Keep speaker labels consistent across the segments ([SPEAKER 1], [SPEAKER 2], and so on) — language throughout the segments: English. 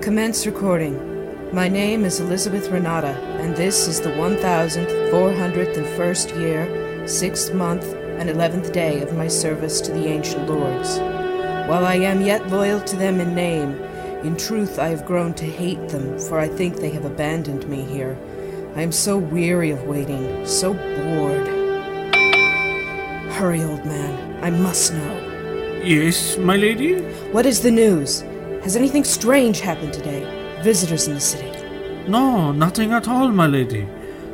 [SPEAKER 1] Commence recording. My name is Elizabeth Renata, and this is the 1401st year, 6th month, and 11th day of my service to the ancient lords. While I am yet loyal to them in name, in truth I have grown to hate them, for I think they have abandoned me here. I am so weary of waiting, so bored. Hurry, old man. I must know.
[SPEAKER 2] Yes, my lady?
[SPEAKER 1] What is the news? Has anything strange happened today? Visitors in the city.
[SPEAKER 2] No, nothing at all, my lady.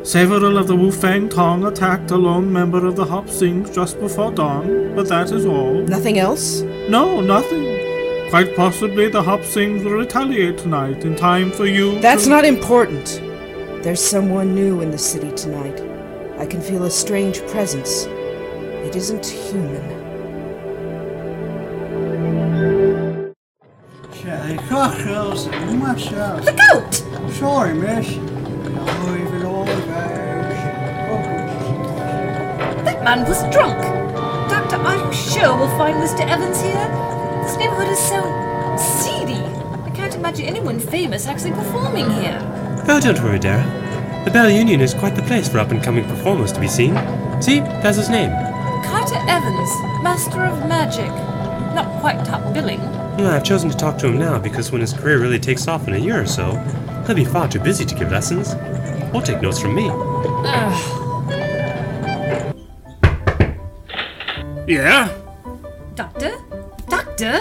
[SPEAKER 2] Several of the Wu Fang Tong attacked a lone member of the Hop Sings just before dawn, but that is all.
[SPEAKER 1] Nothing else?
[SPEAKER 2] No, nothing. Quite possibly the Hop Sings will retaliate tonight in time for you.
[SPEAKER 1] That's
[SPEAKER 2] to-
[SPEAKER 1] not important. There's someone new in the city tonight. I can feel a strange presence. It isn't human.
[SPEAKER 3] Say, cockles and myself.
[SPEAKER 4] The goat!
[SPEAKER 3] Sorry, miss. I've always Oh, had
[SPEAKER 4] That man was drunk. Doctor, I'm sure we'll find Mr. Evans here. This neighborhood is so seedy. I can't imagine anyone famous actually performing here.
[SPEAKER 5] Oh, don't worry, Dara. The Bell Union is quite the place for up and coming performers to be seen. See, there's his name.
[SPEAKER 4] Carter Evans, master of magic. Not quite top billing.
[SPEAKER 5] Yeah, I've chosen to talk to him now because when his career really takes off in a year or so, he'll be far too busy to give lessons. He'll take notes from me.
[SPEAKER 2] Yeah?
[SPEAKER 4] Doctor? Doctor?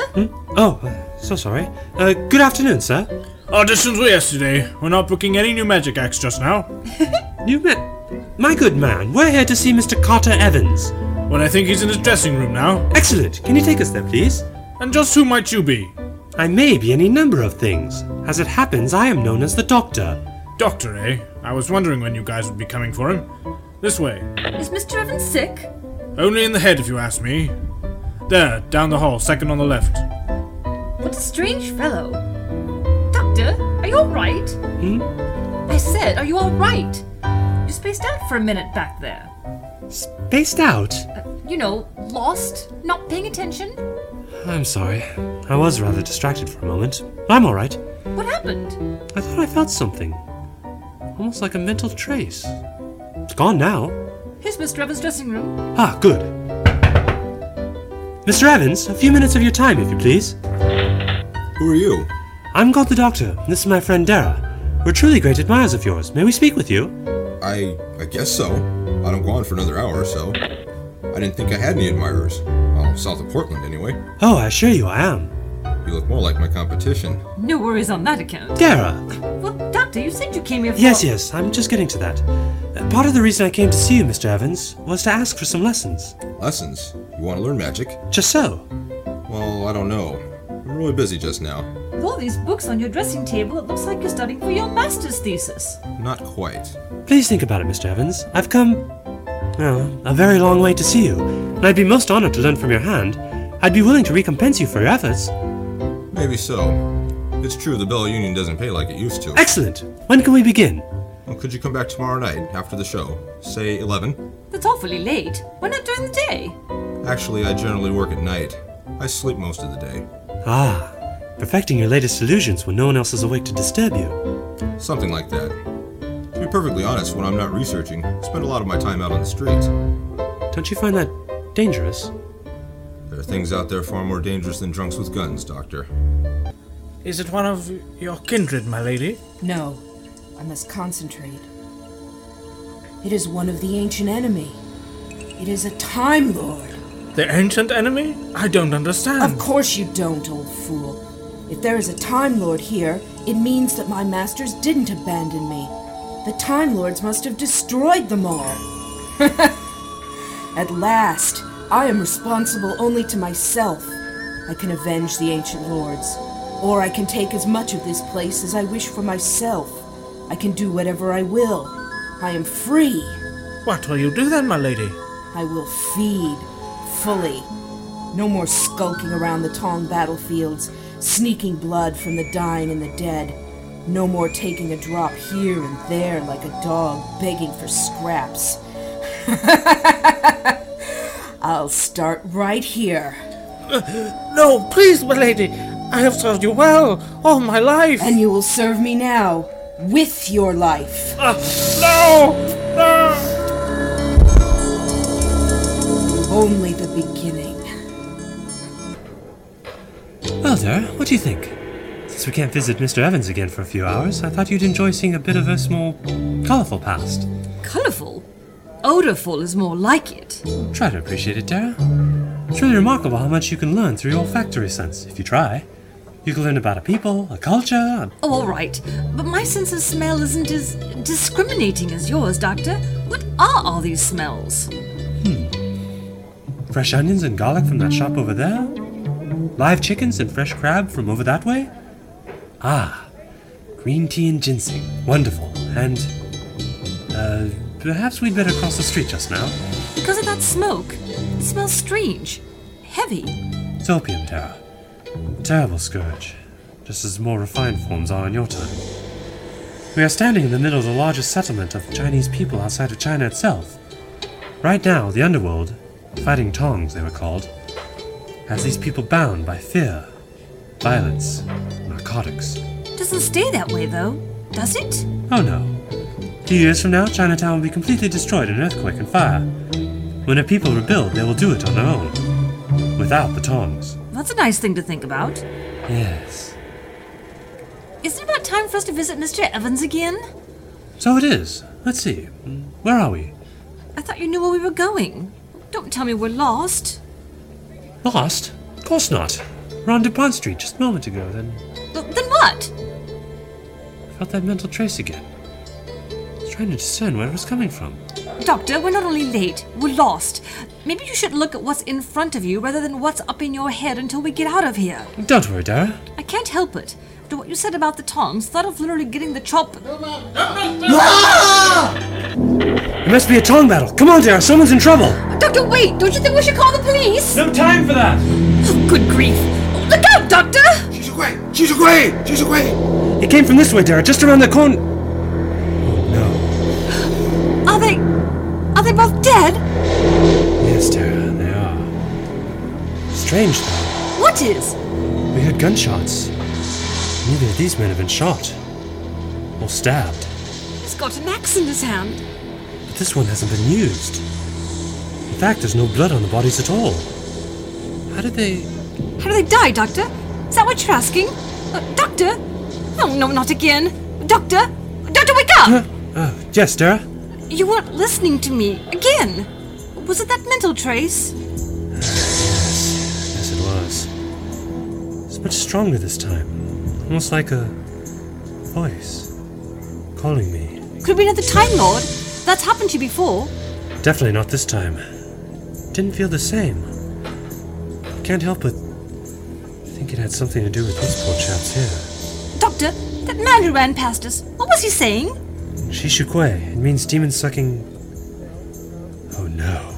[SPEAKER 5] Oh, uh, so sorry. Uh, good afternoon, sir.
[SPEAKER 2] Auditions were yesterday. We're not booking any new magic acts just now.
[SPEAKER 5] You met. My good man, we're here to see Mr. Carter Evans.
[SPEAKER 2] But I think he's in his dressing room now.
[SPEAKER 5] Excellent. Can you take us there, please?
[SPEAKER 2] And just who might you be?
[SPEAKER 5] I may be any number of things. As it happens, I am known as the Doctor.
[SPEAKER 2] Doctor, eh? I was wondering when you guys would be coming for him. This way.
[SPEAKER 4] Is Mr. Evans sick?
[SPEAKER 2] Only in the head, if you ask me. There, down the hall, second on the left.
[SPEAKER 4] What a strange fellow. Doctor, are you alright? Hmm? I said, are you alright? You spaced out for a minute back there. Uh,
[SPEAKER 5] Spaced out.
[SPEAKER 4] you know, lost, not paying attention.
[SPEAKER 5] I'm sorry. I was rather distracted for a moment. I'm alright.
[SPEAKER 4] What happened?
[SPEAKER 5] I thought I felt something. Almost like a mental trace. It's gone now.
[SPEAKER 4] Here's Mr. Evans' dressing room.
[SPEAKER 5] Ah, good. Mr. Evans, a few minutes of your time, if you please.
[SPEAKER 6] Who are you?
[SPEAKER 5] I'm called the Doctor. and This is my friend Dara. We're truly great admirers of yours. May we speak with you?
[SPEAKER 6] I I guess so. I don't go on for another hour or so. I didn't think I had any admirers. Well, south of Portland, anyway.
[SPEAKER 5] Oh, I assure you I am.
[SPEAKER 6] You look more like my competition.
[SPEAKER 4] No worries on that account.
[SPEAKER 5] Dara!
[SPEAKER 4] Well, Doctor, you said you came here for.
[SPEAKER 5] Yes, yes, I'm just getting to that. Uh, Part of the reason I came to see you, Mr. Evans, was to ask for some lessons.
[SPEAKER 6] Lessons? You want to learn magic?
[SPEAKER 5] Just so.
[SPEAKER 6] Well, I don't know. I'm really busy just now.
[SPEAKER 4] With all these books on your dressing table, it looks like you're studying for your master's thesis.
[SPEAKER 6] Not quite.
[SPEAKER 5] Please think about it, Mr. Evans. I've come, well, a very long way to see you, and I'd be most honored to learn from your hand. I'd be willing to recompense you for your efforts.
[SPEAKER 6] Maybe so. It's true the Bell Union doesn't pay like it used to.
[SPEAKER 5] Excellent. When can we begin?
[SPEAKER 6] Well, could you come back tomorrow night after the show? Say 11?
[SPEAKER 4] That's awfully late. Why not during the day?
[SPEAKER 6] Actually, I generally work at night. I sleep most of the day.
[SPEAKER 5] Ah, perfecting your latest illusions when no one else is awake to disturb you.
[SPEAKER 6] Something like that. To be perfectly honest, when I'm not researching, I spend a lot of my time out on the streets.
[SPEAKER 5] Don't you find that dangerous?
[SPEAKER 6] There are things out there far more dangerous than drunks with guns, Doctor.
[SPEAKER 2] Is it one of your kindred, my lady?
[SPEAKER 1] No, I must concentrate. It is one of the ancient enemy. It is a Time Lord.
[SPEAKER 2] The ancient enemy? I don't understand.
[SPEAKER 1] Of course you don't, old fool. If there is a Time Lord here, it means that my masters didn't abandon me. The Time Lords must have destroyed them all. At last, I am responsible only to myself. I can avenge the ancient lords, or I can take as much of this place as I wish for myself. I can do whatever I will. I am free.
[SPEAKER 2] What will you do then, my lady?
[SPEAKER 1] I will feed fully. No more skulking around the Tong battlefields, sneaking blood from the dying and the dead. No more taking a drop here and there like a dog begging for scraps. I'll start right here.
[SPEAKER 2] No, please, my lady. I have served you well all my life.
[SPEAKER 1] And you will serve me now with your life.
[SPEAKER 2] Ah, no! No!
[SPEAKER 1] Only the beginning.
[SPEAKER 5] Well, Dara, what do you think? Since we can't visit Mr. Evans again for a few hours, I thought you'd enjoy seeing a bit of us more colorful past.
[SPEAKER 4] Colourful? Odourful is more like it.
[SPEAKER 5] Try to appreciate it, Dara. It's really remarkable how much you can learn through your olfactory sense if you try. You can learn about a people, a culture, a
[SPEAKER 4] Oh, all right. But my sense of smell isn't as discriminating as yours, Doctor. What are all these smells?
[SPEAKER 5] Fresh onions and garlic from that shop over there? Live chickens and fresh crab from over that way? Ah, green tea and ginseng. Wonderful. And. Uh, perhaps we'd better cross the street just now.
[SPEAKER 4] Because of that smoke, it smells strange. Heavy.
[SPEAKER 5] It's opium, Terra. Terrible scourge. Just as more refined forms are in your time. We are standing in the middle of the largest settlement of Chinese people outside of China itself. Right now, the underworld, fighting tongs they were called, has these people bound by fear, violence, narcotics.
[SPEAKER 4] Doesn't stay that way, though, does it?
[SPEAKER 5] Oh no. Two years from now, Chinatown will be completely destroyed in earthquake and fire. When her people rebuild, they will do it on their own, without the tongs.
[SPEAKER 4] That's a nice thing to think about.
[SPEAKER 5] Yes.
[SPEAKER 4] Isn't it about time for us to visit Mr. Evans again?
[SPEAKER 5] So it is. Let's see. Where are we?
[SPEAKER 4] I thought you knew where we were going. Don't tell me we're lost.
[SPEAKER 5] Lost? Of course not. We're on DuPont Street just a moment ago, then
[SPEAKER 4] Th- Then what?
[SPEAKER 5] I felt that mental trace again. I was trying to discern where it was coming from.
[SPEAKER 4] Doctor, we're not only late, we're lost. Maybe you should look at what's in front of you rather than what's up in your head until we get out of here.
[SPEAKER 5] Don't worry, Dara.
[SPEAKER 4] I can't help it. After what you said about the tongs, thought of literally getting the chop.
[SPEAKER 5] There must be a tong battle. Come on, Dara, someone's in trouble.
[SPEAKER 4] Doctor, wait! Don't you think we should call the police?
[SPEAKER 5] No time for that.
[SPEAKER 4] Oh, good grief! Look out, Doctor!
[SPEAKER 6] She's away! She's away! She's away!
[SPEAKER 5] It came from this way, Dara, just around the corner. Oh, no.
[SPEAKER 4] Are they. are they both dead?
[SPEAKER 5] Yes, Tara, they are. Strange, though.
[SPEAKER 4] What is?
[SPEAKER 5] We heard gunshots. Neither of these men have been shot. Or stabbed.
[SPEAKER 4] He's got an axe in his hand.
[SPEAKER 5] But this one hasn't been used. In fact, there's no blood on the bodies at all. How did they.
[SPEAKER 4] How do they die, Doctor? Is that what you're asking? Uh, doctor? Oh, no, not again. Doctor? Doctor, wake up!
[SPEAKER 5] Oh, yes, Tara?
[SPEAKER 4] You weren't listening to me again. Was it that mental trace?
[SPEAKER 5] Yes, it was. It's much stronger this time. Almost like a voice calling me.
[SPEAKER 4] Could be another Time Lord. That's happened to you before.
[SPEAKER 5] Definitely not this time. Didn't feel the same. Can't help but think it had something to do with these poor chaps here.
[SPEAKER 4] Doctor, that man who ran past us, what was he saying?
[SPEAKER 5] Shishukwe, it means demon sucking. Oh no.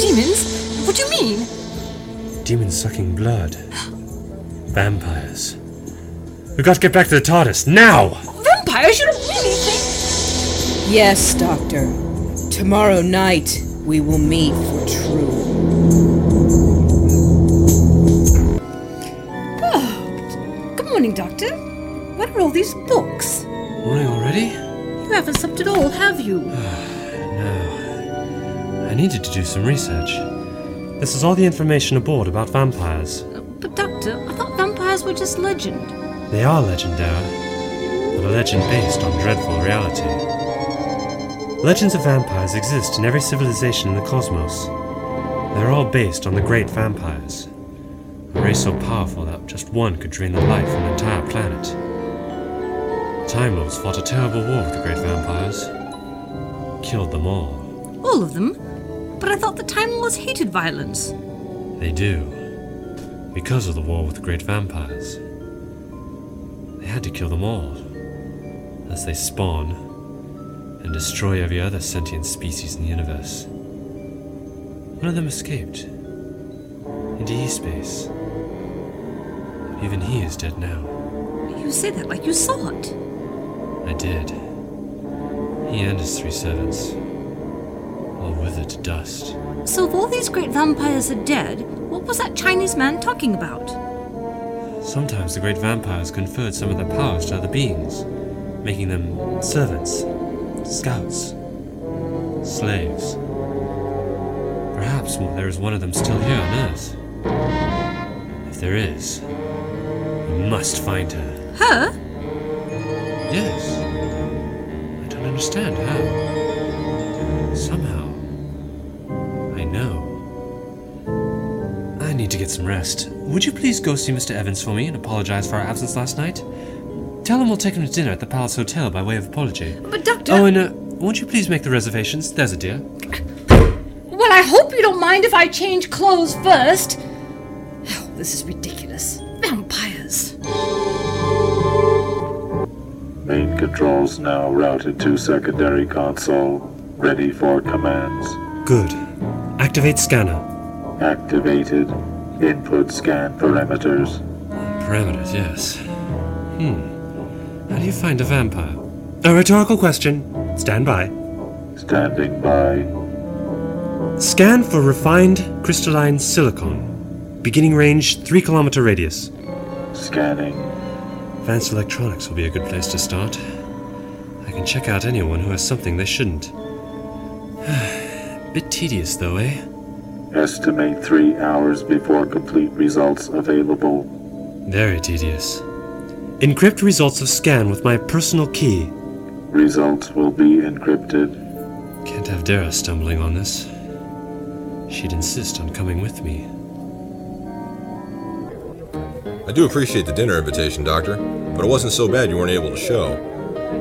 [SPEAKER 4] Demons? What do you mean?
[SPEAKER 5] Demon sucking blood. Vampires. We got to get back to the TARDIS now!
[SPEAKER 4] Vampires? You don't really think.
[SPEAKER 1] Yes, Doctor. Tomorrow night we will meet for true.
[SPEAKER 4] Good morning, Doctor. What are all these books?
[SPEAKER 5] Morning already?
[SPEAKER 4] You haven't slept at all, have you?
[SPEAKER 5] No. I needed to do some research. This is all the information aboard about vampires.
[SPEAKER 4] Uh, But, Doctor, I thought vampires were just legend.
[SPEAKER 5] They are legendary, but a legend based on dreadful reality. Legends of vampires exist in every civilization in the cosmos. They're all based on the great vampires, a race so powerful that just one could drain the life from an entire planet. The Time Lords fought a terrible war with the great vampires, killed them all.
[SPEAKER 4] All of them. But I thought the Time Lords hated violence.
[SPEAKER 5] They do, because of the war with the great vampires. They had to kill them all, as they spawn and destroy every other sentient species in the universe. One of them escaped into E space. Even he is dead now.
[SPEAKER 4] You say that like you saw it.
[SPEAKER 5] I did. He and his three servants, all withered to dust.
[SPEAKER 4] So, if all these great vampires are dead, what was that Chinese man talking about?
[SPEAKER 5] Sometimes the great vampires conferred some of their powers to other beings, making them servants, scouts, slaves. Perhaps there is one of them still here on Earth. If there is, we must find her.
[SPEAKER 4] Her?
[SPEAKER 5] Yes. I don't understand how. Somehow, I know. I need to get some rest. Would you please go see Mr. Evans for me and apologize for our absence last night? Tell him we'll take him to dinner at the Palace Hotel by way of apology.
[SPEAKER 4] But, Doctor.
[SPEAKER 5] Oh, and uh, won't you please make the reservations? There's a dear.
[SPEAKER 4] Well, I hope you don't mind if I change clothes first. Oh, this is ridiculous. Vampires.
[SPEAKER 7] Main controls now routed to secondary console, ready for commands.
[SPEAKER 5] Good. Activate scanner.
[SPEAKER 7] Activated. Input scan parameters.
[SPEAKER 5] Parameters, yes. Hmm. How do you find a vampire? A rhetorical question. Stand by.
[SPEAKER 7] Standing by.
[SPEAKER 5] Scan for refined crystalline silicon. Beginning range 3 kilometer radius.
[SPEAKER 7] Scanning.
[SPEAKER 5] Advanced electronics will be a good place to start. I can check out anyone who has something they shouldn't. Bit tedious though, eh?
[SPEAKER 7] Estimate three hours before complete results available.
[SPEAKER 5] Very tedious. Encrypt results of scan with my personal key.
[SPEAKER 7] Results will be encrypted.
[SPEAKER 5] Can't have Dara stumbling on this. She'd insist on coming with me.
[SPEAKER 6] I do appreciate the dinner invitation, Doctor, but it wasn't so bad you weren't able to show.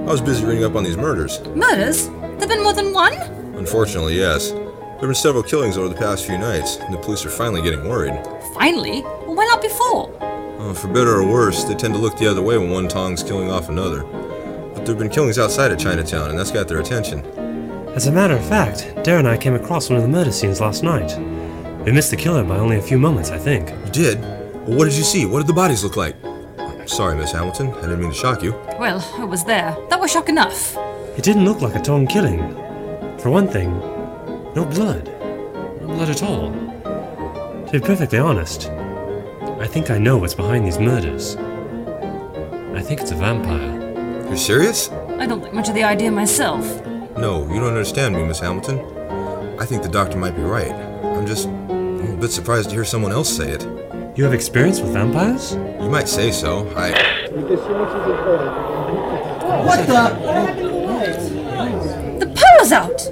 [SPEAKER 6] I was busy reading up on these murders.
[SPEAKER 4] Murders? There've been more than one?
[SPEAKER 6] Unfortunately, yes. There have been several killings over the past few nights, and the police are finally getting worried.
[SPEAKER 4] Finally. Why not before?
[SPEAKER 6] Uh, for better or worse, they tend to look the other way when one tong's killing off another. But there have been killings outside of Chinatown, and that's got their attention.
[SPEAKER 5] As a matter of fact, Dara and I came across one of the murder scenes last night. We missed the killer by only a few moments, I think.
[SPEAKER 6] You did? Well, what did you see? What did the bodies look like? Sorry, Miss Hamilton. I didn't mean to shock you.
[SPEAKER 4] Well, I was there. That was shock enough.
[SPEAKER 5] It didn't look like a Tong killing. For one thing, no blood. No blood at all. To be perfectly honest, I think I know what's behind these murders. I think it's a vampire.
[SPEAKER 6] You're serious?
[SPEAKER 4] I don't like much of the idea myself.
[SPEAKER 6] No, you don't understand me, Miss Hamilton. I think the doctor might be right. I'm just a bit surprised to hear someone else say it.
[SPEAKER 5] You have experience with vampires?
[SPEAKER 6] You might say so. I.
[SPEAKER 3] What the?
[SPEAKER 4] The power's out!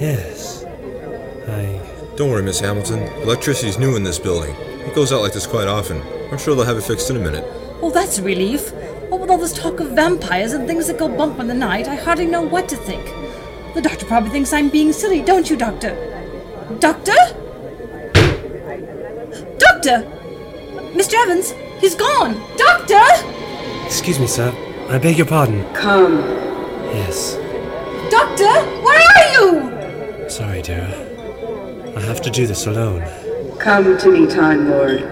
[SPEAKER 5] Yes. I.
[SPEAKER 6] Don't worry, Miss Hamilton. Electricity's new in this building. It goes out like this quite often. I'm sure they'll have it fixed in a minute.
[SPEAKER 4] Oh, that's a relief. What with all this talk of vampires and things that go bump in the night, I hardly know what to think. The doctor probably thinks I'm being silly, don't you, Doctor? Doctor? Doctor! Mr. Evans, he's gone! Doctor!
[SPEAKER 5] Excuse me, sir. I beg your pardon.
[SPEAKER 8] Come,
[SPEAKER 5] Yes.
[SPEAKER 4] Doctor, where are you?
[SPEAKER 5] Sorry, Dara. I have to do this alone.
[SPEAKER 8] come to me, Time Lord.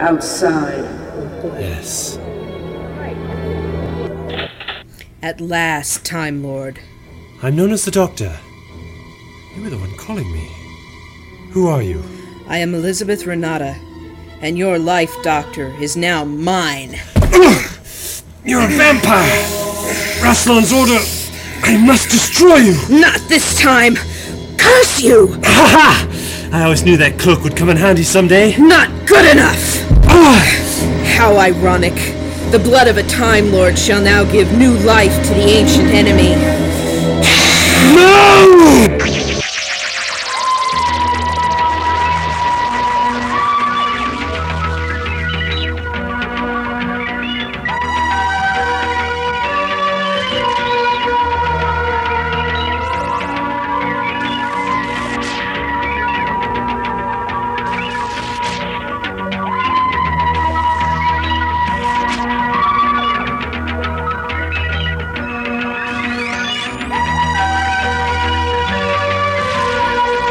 [SPEAKER 8] Outside.
[SPEAKER 5] Yes.
[SPEAKER 1] At last, Time Lord.
[SPEAKER 5] I'm known as the Doctor. You were the one calling me. Who are you?
[SPEAKER 1] I am Elizabeth Renata, and your life, Doctor, is now mine.
[SPEAKER 5] You're a vampire! Raslan's order! I must destroy you!
[SPEAKER 1] Not this time! Curse you!
[SPEAKER 5] Ha ha! I always knew that cloak would come in handy someday.
[SPEAKER 1] Not good enough!
[SPEAKER 5] Ah!
[SPEAKER 1] How ironic. The blood of a Time Lord shall now give new life to the ancient enemy.
[SPEAKER 5] No!
[SPEAKER 9] Thank